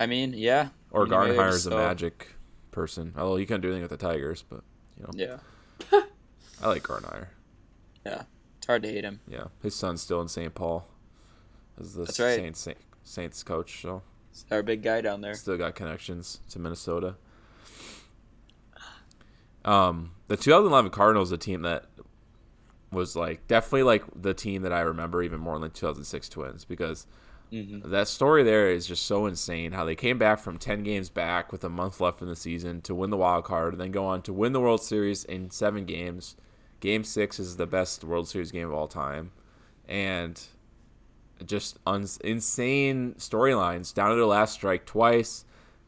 Speaker 2: I mean, yeah.
Speaker 1: or
Speaker 2: You know,
Speaker 1: Garn
Speaker 2: they were
Speaker 1: hires
Speaker 2: just
Speaker 1: a
Speaker 2: so-
Speaker 1: magic person. Although you couldn't do anything with the Tigers, but you know
Speaker 2: Yeah.
Speaker 1: I like Garnhire.
Speaker 2: It's hard to hate him.
Speaker 1: Yeah, his son's still in St. Paul as the
Speaker 2: That's right.
Speaker 1: Saints Saints coach, so
Speaker 2: He's our big guy down there.
Speaker 1: still got connections to Minnesota. Um, the 2011 Cardinals, a team that was like definitely like the team that I remember even more than the 2006 Twins because
Speaker 2: hmm
Speaker 1: that story there is just so insane. How they came back from 10 games back with a month left in the season to win the wild card and then go on to win the World Series in seven games. Game six is the best World Series game of all time. And just un- insane storylines down to their last strike twice.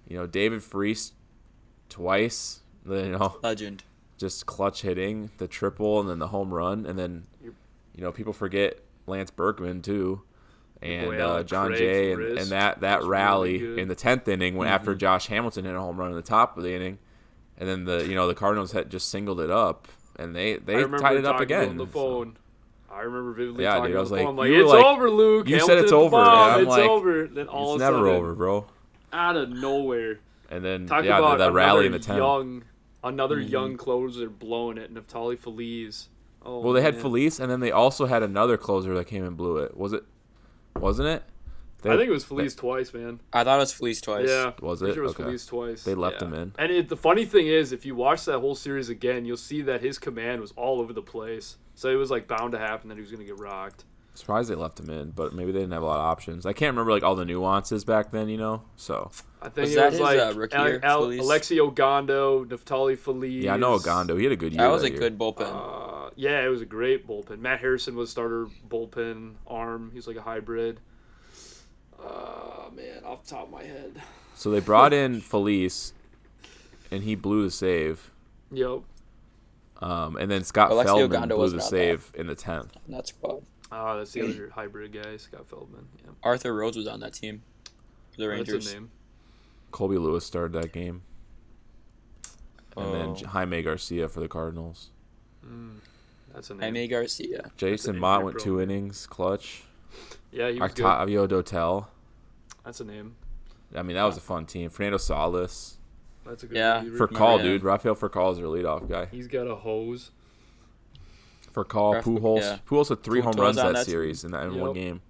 Speaker 1: You know, David Freese twice. You know,
Speaker 2: Legend.
Speaker 1: just clutch hitting the triple and then the home run and then you know people forget Lance Bergman too and
Speaker 3: boy
Speaker 1: uh,
Speaker 3: Alan
Speaker 1: John
Speaker 3: Craig's
Speaker 1: Jay and,
Speaker 3: wrist
Speaker 1: and that that
Speaker 3: was really
Speaker 1: rally
Speaker 3: good. Mm-hmm.
Speaker 1: in the tenth inning when after Josh Hamilton hit a home run in the top of the inning and then the you know the Cardinals had just singled it up and they
Speaker 3: I
Speaker 1: they
Speaker 3: remember
Speaker 1: tied it up
Speaker 3: talking to him
Speaker 1: again
Speaker 3: on the
Speaker 1: so-
Speaker 3: phone. I remember vividly
Speaker 1: Yeah,
Speaker 3: talking
Speaker 1: dude, I
Speaker 3: on
Speaker 1: was
Speaker 3: the
Speaker 1: like,
Speaker 3: phone. I'm like,
Speaker 1: you were
Speaker 3: it's
Speaker 1: like-
Speaker 3: over, Luke.
Speaker 1: you said
Speaker 3: Hamilton
Speaker 1: it's
Speaker 3: at the
Speaker 1: over,
Speaker 3: bomb.
Speaker 1: and I'm
Speaker 3: it's
Speaker 1: like,
Speaker 3: over. Then all
Speaker 1: it's
Speaker 3: of a
Speaker 1: never
Speaker 3: sudden,
Speaker 1: over bro
Speaker 3: out of nowhere.
Speaker 1: and then
Speaker 3: Talk
Speaker 1: yeah
Speaker 3: about
Speaker 1: that rally in the Mm-hmm.
Speaker 3: another
Speaker 1: tenth
Speaker 3: young, another young closer blowing it. Naftali Feliz. Oh,
Speaker 1: well they had
Speaker 3: man.
Speaker 1: Felice and then they also had another closer that came and blew it was it wasn't it they,
Speaker 3: I think it was Feliz twice, man.
Speaker 2: I thought it was Felice twice.
Speaker 3: Yeah,
Speaker 1: Was
Speaker 3: pretty
Speaker 1: it?
Speaker 3: Sure it was
Speaker 1: Okay.
Speaker 3: Feliz twice.
Speaker 1: They left
Speaker 3: Yeah.
Speaker 1: him in.
Speaker 3: And it, the funny thing is, if you watch that whole series again, you'll see that his command was all over the place. So it was like bound to happen that he was gonna get rocked.
Speaker 1: surprised they left him in, but maybe they didn't have a lot of options. I can't remember like all the nuances back then, you know. So
Speaker 3: I think
Speaker 2: Was
Speaker 3: it
Speaker 2: that
Speaker 3: was
Speaker 2: his,
Speaker 3: like
Speaker 2: uh, rookie year, Feliz?
Speaker 3: Alexi Ogando, Naftali Feliz.
Speaker 1: yeah, I know Ogando. He had a good year.
Speaker 2: That was a
Speaker 1: year.
Speaker 2: good bullpen.
Speaker 3: Uh, yeah, it was a great bullpen. Matt Harrison was starter bullpen arm. He's like a hybrid. Uh, man, off the top of my head.
Speaker 1: So they brought in Felice, and he blew the save.
Speaker 3: Yep.
Speaker 1: Um, and then Scott
Speaker 2: Alexi
Speaker 1: Feldman
Speaker 2: Ogando
Speaker 1: blew
Speaker 2: was
Speaker 1: the
Speaker 2: not
Speaker 1: save in the tenth.
Speaker 2: And That's squad.
Speaker 3: Ah, that's the other hybrid guy, Scott Feldman. Yeah,
Speaker 2: Arthur Rhodes was on that team. For the
Speaker 3: that's
Speaker 2: Rangers.
Speaker 3: his name.
Speaker 1: Colby Lewis started that game, and then
Speaker 2: Oh.
Speaker 1: J- Jaime Garcia for the Cardinals.
Speaker 3: That's a name.
Speaker 2: Jaime Garcia.
Speaker 1: Jason
Speaker 3: an
Speaker 1: Mott
Speaker 3: injury
Speaker 1: went two
Speaker 3: prone.
Speaker 1: innings, clutch.
Speaker 3: yeah, he was good.
Speaker 1: Octavio Dotel.
Speaker 3: That's a name.
Speaker 1: I mean, that was a fun team. Fernando Salas.
Speaker 3: That's a good
Speaker 2: Yeah.
Speaker 3: reliever.
Speaker 1: For call,
Speaker 2: yeah.
Speaker 1: dude. Rafael Furcal is their leadoff guy.
Speaker 3: He's got a hose.
Speaker 1: for call
Speaker 2: Ref-
Speaker 1: Pujols.
Speaker 2: yeah.
Speaker 1: Pujols had three home
Speaker 2: Pujols
Speaker 1: runs
Speaker 2: on
Speaker 1: that,
Speaker 2: that
Speaker 1: series in that in one
Speaker 3: Yep.
Speaker 1: game.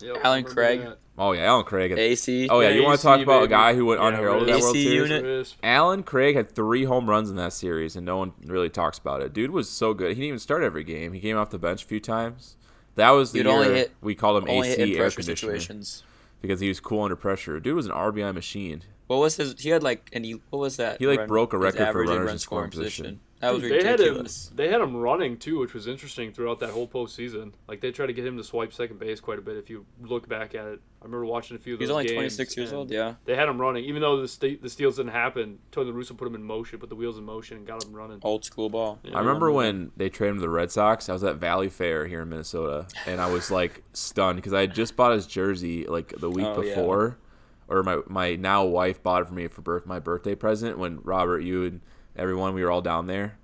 Speaker 3: Yep,
Speaker 2: Alan
Speaker 3: remember
Speaker 2: Craig.
Speaker 3: that.
Speaker 1: Oh yeah, Alan Craig. Had,
Speaker 2: AC.
Speaker 1: oh yeah, you want to talk
Speaker 3: AC,
Speaker 1: about a
Speaker 3: baby.
Speaker 1: guy who went
Speaker 3: Yeah,
Speaker 1: unheralded that
Speaker 2: AC
Speaker 1: World Series?
Speaker 2: unit.
Speaker 3: Crisp.
Speaker 1: Alan Craig had three home runs in that series, and no one really talks about it. Dude was so good. He didn't even start every game. He came off the bench a few times. That was the
Speaker 2: Dude
Speaker 1: year
Speaker 2: only hit-
Speaker 1: we called him
Speaker 2: Only hit
Speaker 1: AC
Speaker 2: in
Speaker 1: air
Speaker 2: pressure
Speaker 1: conditioner
Speaker 2: situations.
Speaker 1: because he was cool under pressure. Dude was an RBI machine.
Speaker 2: What was his? He had like, and he what was that?
Speaker 1: He, like, broke a
Speaker 2: his
Speaker 1: record for
Speaker 2: average in
Speaker 1: runners
Speaker 2: run
Speaker 1: in scoring
Speaker 2: scoring
Speaker 1: position.
Speaker 2: That was
Speaker 3: Dude, they had him.
Speaker 2: ridiculous.
Speaker 3: They had him running too, which was interesting throughout that whole postseason. Like they tried to get him to swipe second base quite a bit. If you look back at it, I remember watching a few of those.
Speaker 2: He's only
Speaker 3: games,
Speaker 2: 26 years
Speaker 3: and
Speaker 2: old. Yeah.
Speaker 3: They had him running, even though the st- the steals didn't happen. Tony La Russa put him in motion, put the wheels in motion, and got him running.
Speaker 2: Old school ball.
Speaker 3: Yeah.
Speaker 1: Oh, I remember when they traded him to the Red Sox. I was at Valley Fair here in Minnesota, and I was like stunned because I had just bought his jersey like the week
Speaker 2: Oh, yeah.
Speaker 1: before, or my my now wife bought it for me for birth my birthday present when Robert, you, and everyone we were all down there,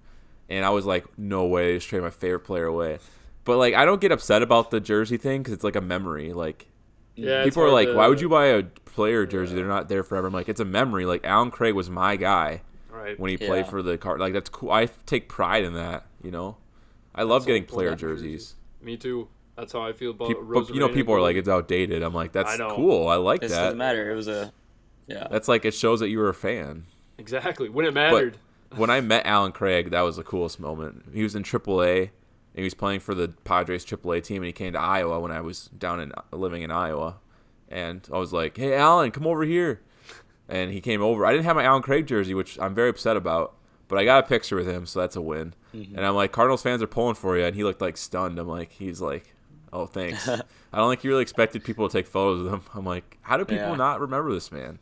Speaker 1: and I was like, no way, they just traded my favorite player away. But like, I don't get upset about the jersey thing because it's like a memory. Like
Speaker 3: Yeah, it's
Speaker 1: people are
Speaker 3: hard
Speaker 1: like,
Speaker 3: to-
Speaker 1: why would you buy a player jersey? They're not there forever. I'm like, it's a memory. Like Alan Craig was my guy
Speaker 3: Right.
Speaker 1: when he played
Speaker 2: Yeah.
Speaker 1: for the card. Like that's cool. I take pride in that. You know, I love getting
Speaker 3: cool.
Speaker 1: player
Speaker 3: Yeah,
Speaker 1: jerseys.
Speaker 3: Me too. That's how I feel about.
Speaker 1: Peop- but you know,
Speaker 3: Rosarena
Speaker 1: people are
Speaker 3: going-
Speaker 1: like, it's outdated. I'm like, that's
Speaker 3: I know.
Speaker 1: cool. I like
Speaker 2: This
Speaker 1: that.
Speaker 2: doesn't matter. It was a. Yeah.
Speaker 1: That's like it shows that you were a fan.
Speaker 3: exactly when it mattered.
Speaker 1: When I met Alan Craig, that was the coolest moment. He was in AAA, and he was playing for the Padres AAA team, and he came to Iowa when I was down in living in Iowa, and I was like, "Hey, Alan, come over here," and he came over. I didn't have my Alan Craig jersey, which I'm very upset about, but I got a picture with him, so that's a win. And I'm like, "Cardinals fans are pulling for you," and he looked like stunned. I'm like, "He's like." Oh, thanks. I don't think you really expected people to take photos of him. I'm like, how do people
Speaker 2: Yeah.
Speaker 1: not remember this man?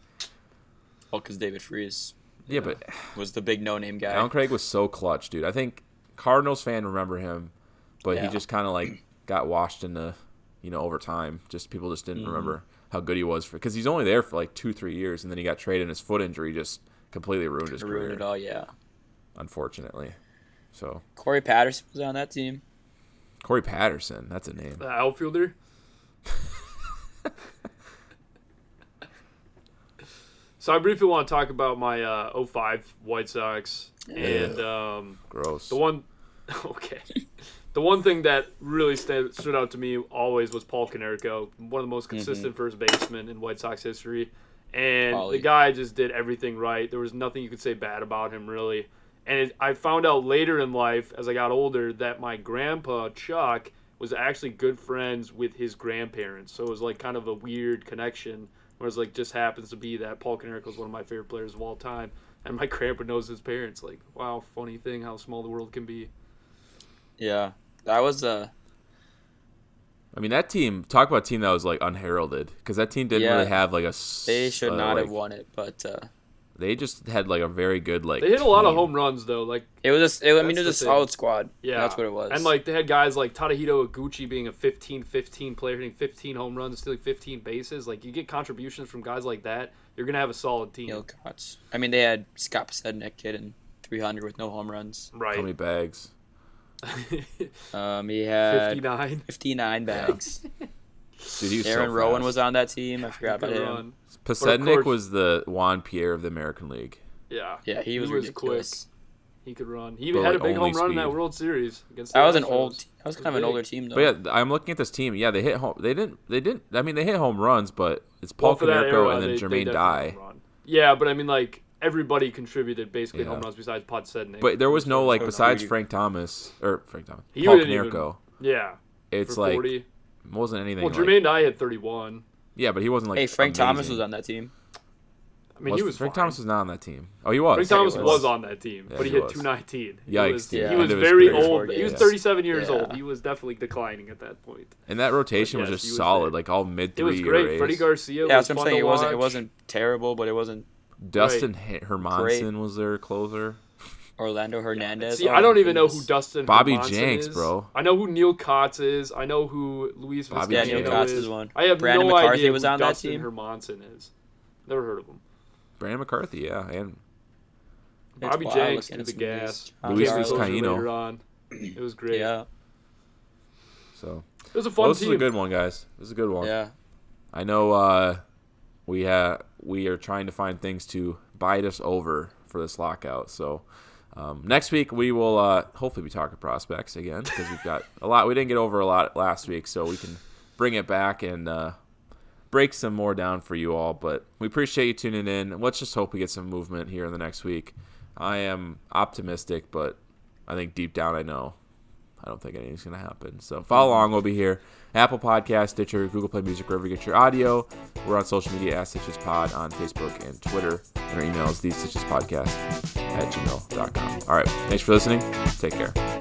Speaker 2: Well, because David Freeze
Speaker 1: yeah. but
Speaker 2: was the big no-name guy.
Speaker 1: Alan Craig was so clutch, dude. I think Cardinals fan remember him, but he
Speaker 2: Yeah.
Speaker 1: just kind of like got washed in the, you know, over time. Just people just didn't remember
Speaker 2: Mm-hmm.
Speaker 1: how good he was for because he's only there for like two, three years, and then he got traded, and his foot injury just completely ruined his
Speaker 2: ruined
Speaker 1: career,
Speaker 2: it all. Yeah,
Speaker 1: unfortunately. So
Speaker 2: Corey Patterson was on that team.
Speaker 1: Corey Patterson, that's a name.
Speaker 3: The outfielder. so I briefly want to talk about my uh, 05 White Sox and um,
Speaker 1: Gross.
Speaker 3: the one. Okay. The one thing that really sta- stood out to me always was Paul Konerko, one of the most consistent first basemen in White Sox history. And
Speaker 2: Ollie.
Speaker 3: the guy just did everything right. There was nothing you could say bad about him, really. And it, I found out later in life, as I got older, that my grandpa, Chuck, was actually good friends with his grandparents. So it was like kind of a weird connection, where it's like just happens to be that Paul Konerko is one of my favorite players of all time. And my grandpa knows his parents. Like, wow, funny thing how small the world can be.
Speaker 2: Yeah, that was uh
Speaker 1: I mean, that team. Talk about a team that was like unheralded because that team didn't
Speaker 2: Yeah.
Speaker 1: really have like a. s-
Speaker 2: They should
Speaker 1: uh,
Speaker 2: not
Speaker 1: like-
Speaker 2: have won it, but uh,
Speaker 1: They just had like a very good like.
Speaker 3: They hit a lot of
Speaker 1: team.
Speaker 3: home runs though, like
Speaker 2: it was. Just, it, I mean, it was
Speaker 3: That's
Speaker 2: a
Speaker 3: the thing.
Speaker 2: solid squad.
Speaker 3: yeah,
Speaker 2: that's what it was.
Speaker 3: And like they had guys like Tadahito Iguchi being a 15-15 player, hitting 15 home runs, stealing 15 bases. Like you get contributions from guys like that, you're gonna have a solid team,
Speaker 2: Neil Kotz. I mean, they had Scott Pasednik hitting 300 with no home runs.
Speaker 1: How many
Speaker 3: right?
Speaker 1: bags?
Speaker 2: Um, he had
Speaker 3: 59
Speaker 2: 59 bags.
Speaker 1: Dude, he was so
Speaker 2: Aaron Rowan
Speaker 1: fast.
Speaker 2: was on that team. I forgot about
Speaker 3: Good
Speaker 2: him.
Speaker 3: run. But of
Speaker 1: Pasednik
Speaker 3: course-
Speaker 1: was the Juan Pierre of the American League.
Speaker 3: Yeah,
Speaker 2: Yeah, he was, ridiculous.
Speaker 3: He could run. He
Speaker 1: But,
Speaker 3: had
Speaker 1: like,
Speaker 3: a big
Speaker 1: only
Speaker 3: home run in that
Speaker 1: speed.
Speaker 3: World Series against.
Speaker 2: That
Speaker 3: the
Speaker 2: was an
Speaker 3: Astros.
Speaker 2: old. That was
Speaker 3: It
Speaker 2: kind of an
Speaker 3: big.
Speaker 2: older team though.
Speaker 1: But yeah, th- I'm looking at this team. Yeah, they hit home. They didn't. They didn't. I mean, they hit home runs, but it's Paul
Speaker 3: Well, for that
Speaker 1: Konerko
Speaker 3: era,
Speaker 1: and then
Speaker 3: they- they
Speaker 1: Jermaine
Speaker 3: definitely
Speaker 1: Dye.
Speaker 3: run. Yeah, but I mean, like everybody contributed basically
Speaker 1: Yeah.
Speaker 3: home runs besides Podsednik.
Speaker 1: But there was no like
Speaker 2: So no,
Speaker 1: besides
Speaker 2: you-
Speaker 1: Frank Thomas or Frank Thomas.
Speaker 3: He
Speaker 1: Paul
Speaker 3: didn't even-
Speaker 1: Konerko.
Speaker 3: yeah,
Speaker 1: It's
Speaker 3: for
Speaker 1: like
Speaker 3: 40.
Speaker 1: wasn't anything.
Speaker 3: Well,
Speaker 1: like-
Speaker 3: Jermaine Dye had 31.
Speaker 1: yeah, but he wasn't like.
Speaker 2: hey, Frank Thomas
Speaker 1: amazing.
Speaker 2: was on that team.
Speaker 3: I mean, he was
Speaker 1: Frank
Speaker 3: fine.
Speaker 1: Thomas was not on that team. Oh, he was.
Speaker 3: Frank
Speaker 2: Yeah, he
Speaker 3: Thomas was.
Speaker 2: was.
Speaker 3: on that team,
Speaker 1: Yeah,
Speaker 3: but he,
Speaker 1: he
Speaker 3: hit
Speaker 1: was.
Speaker 3: 219.
Speaker 1: Yikes,
Speaker 3: he was,
Speaker 1: dude.
Speaker 3: he
Speaker 2: Yeah.
Speaker 3: was
Speaker 1: End of his
Speaker 3: very
Speaker 1: career.
Speaker 3: old. He was
Speaker 1: Yeah.
Speaker 3: 37 years
Speaker 2: Yeah.
Speaker 3: old. He was definitely declining at that point.
Speaker 1: And that rotation
Speaker 3: Yes,
Speaker 1: was
Speaker 3: he
Speaker 1: just
Speaker 3: was
Speaker 1: solid,
Speaker 3: there.
Speaker 1: like all mid
Speaker 3: It
Speaker 1: three
Speaker 3: was
Speaker 1: year
Speaker 3: great.
Speaker 1: race.
Speaker 3: Freddie Garcia
Speaker 2: Yeah,
Speaker 3: was
Speaker 2: that's what
Speaker 3: fun
Speaker 2: I'm saying.
Speaker 3: to
Speaker 2: It wasn't. It
Speaker 3: watch.
Speaker 2: wasn't terrible, but it wasn't
Speaker 1: Dustin Her- Hermanson
Speaker 2: Great.
Speaker 1: was their closer.
Speaker 2: Orlando Hernandez.
Speaker 3: See,
Speaker 2: Oh,
Speaker 3: I don't
Speaker 2: my
Speaker 3: even know who
Speaker 2: goodness.
Speaker 3: Dustin
Speaker 1: Bobby
Speaker 3: Hermanson
Speaker 1: Jenks,
Speaker 3: is.
Speaker 1: bro.
Speaker 3: I know who Neil Kotz is. I know who Luis
Speaker 1: Bobby
Speaker 3: Vizcaino
Speaker 1: Jenks. Yeah, Neil
Speaker 2: Kotz
Speaker 3: is.
Speaker 2: is one.
Speaker 3: I have
Speaker 2: Brandon
Speaker 3: no
Speaker 2: McCarthy
Speaker 3: idea
Speaker 2: was
Speaker 3: who
Speaker 2: on that
Speaker 3: Dustin
Speaker 2: team.
Speaker 3: Hermanson is. Never heard of him.
Speaker 1: Brandon McCarthy, yeah, and
Speaker 2: It's
Speaker 3: Bobby
Speaker 2: wild
Speaker 3: Jenks
Speaker 2: looking
Speaker 3: did
Speaker 2: at
Speaker 3: the
Speaker 2: some of
Speaker 3: gas.
Speaker 2: these. John
Speaker 1: Luis
Speaker 3: Came
Speaker 2: Carlos.
Speaker 1: Vizcaino.
Speaker 3: later on. It was great.
Speaker 2: Yeah,
Speaker 1: so
Speaker 3: It was a fun
Speaker 1: well, this
Speaker 3: team.
Speaker 1: is a good one, guys. This is a good one.
Speaker 2: yeah.
Speaker 1: I know uh, we ha- we are trying to find things to bite us over for this lockout. So um, next week we will uh, hopefully be talking prospects again because we've got a lot. We didn't get over a lot last week, so we can bring it back and uh, break some more down for you all. But we appreciate you tuning in. Let's just hope we get some movement here in the next week. I am optimistic, but I think deep down I know I don't think anything's going to happen. So follow along. We'll be here. Apple Podcast, Stitcher, Google Play Music, wherever you get your audio. We're on social media at Stitches Pod on Facebook and Twitter. And our email is the Stitches Podcast at gmail.com. All right. Thanks for listening. Take care.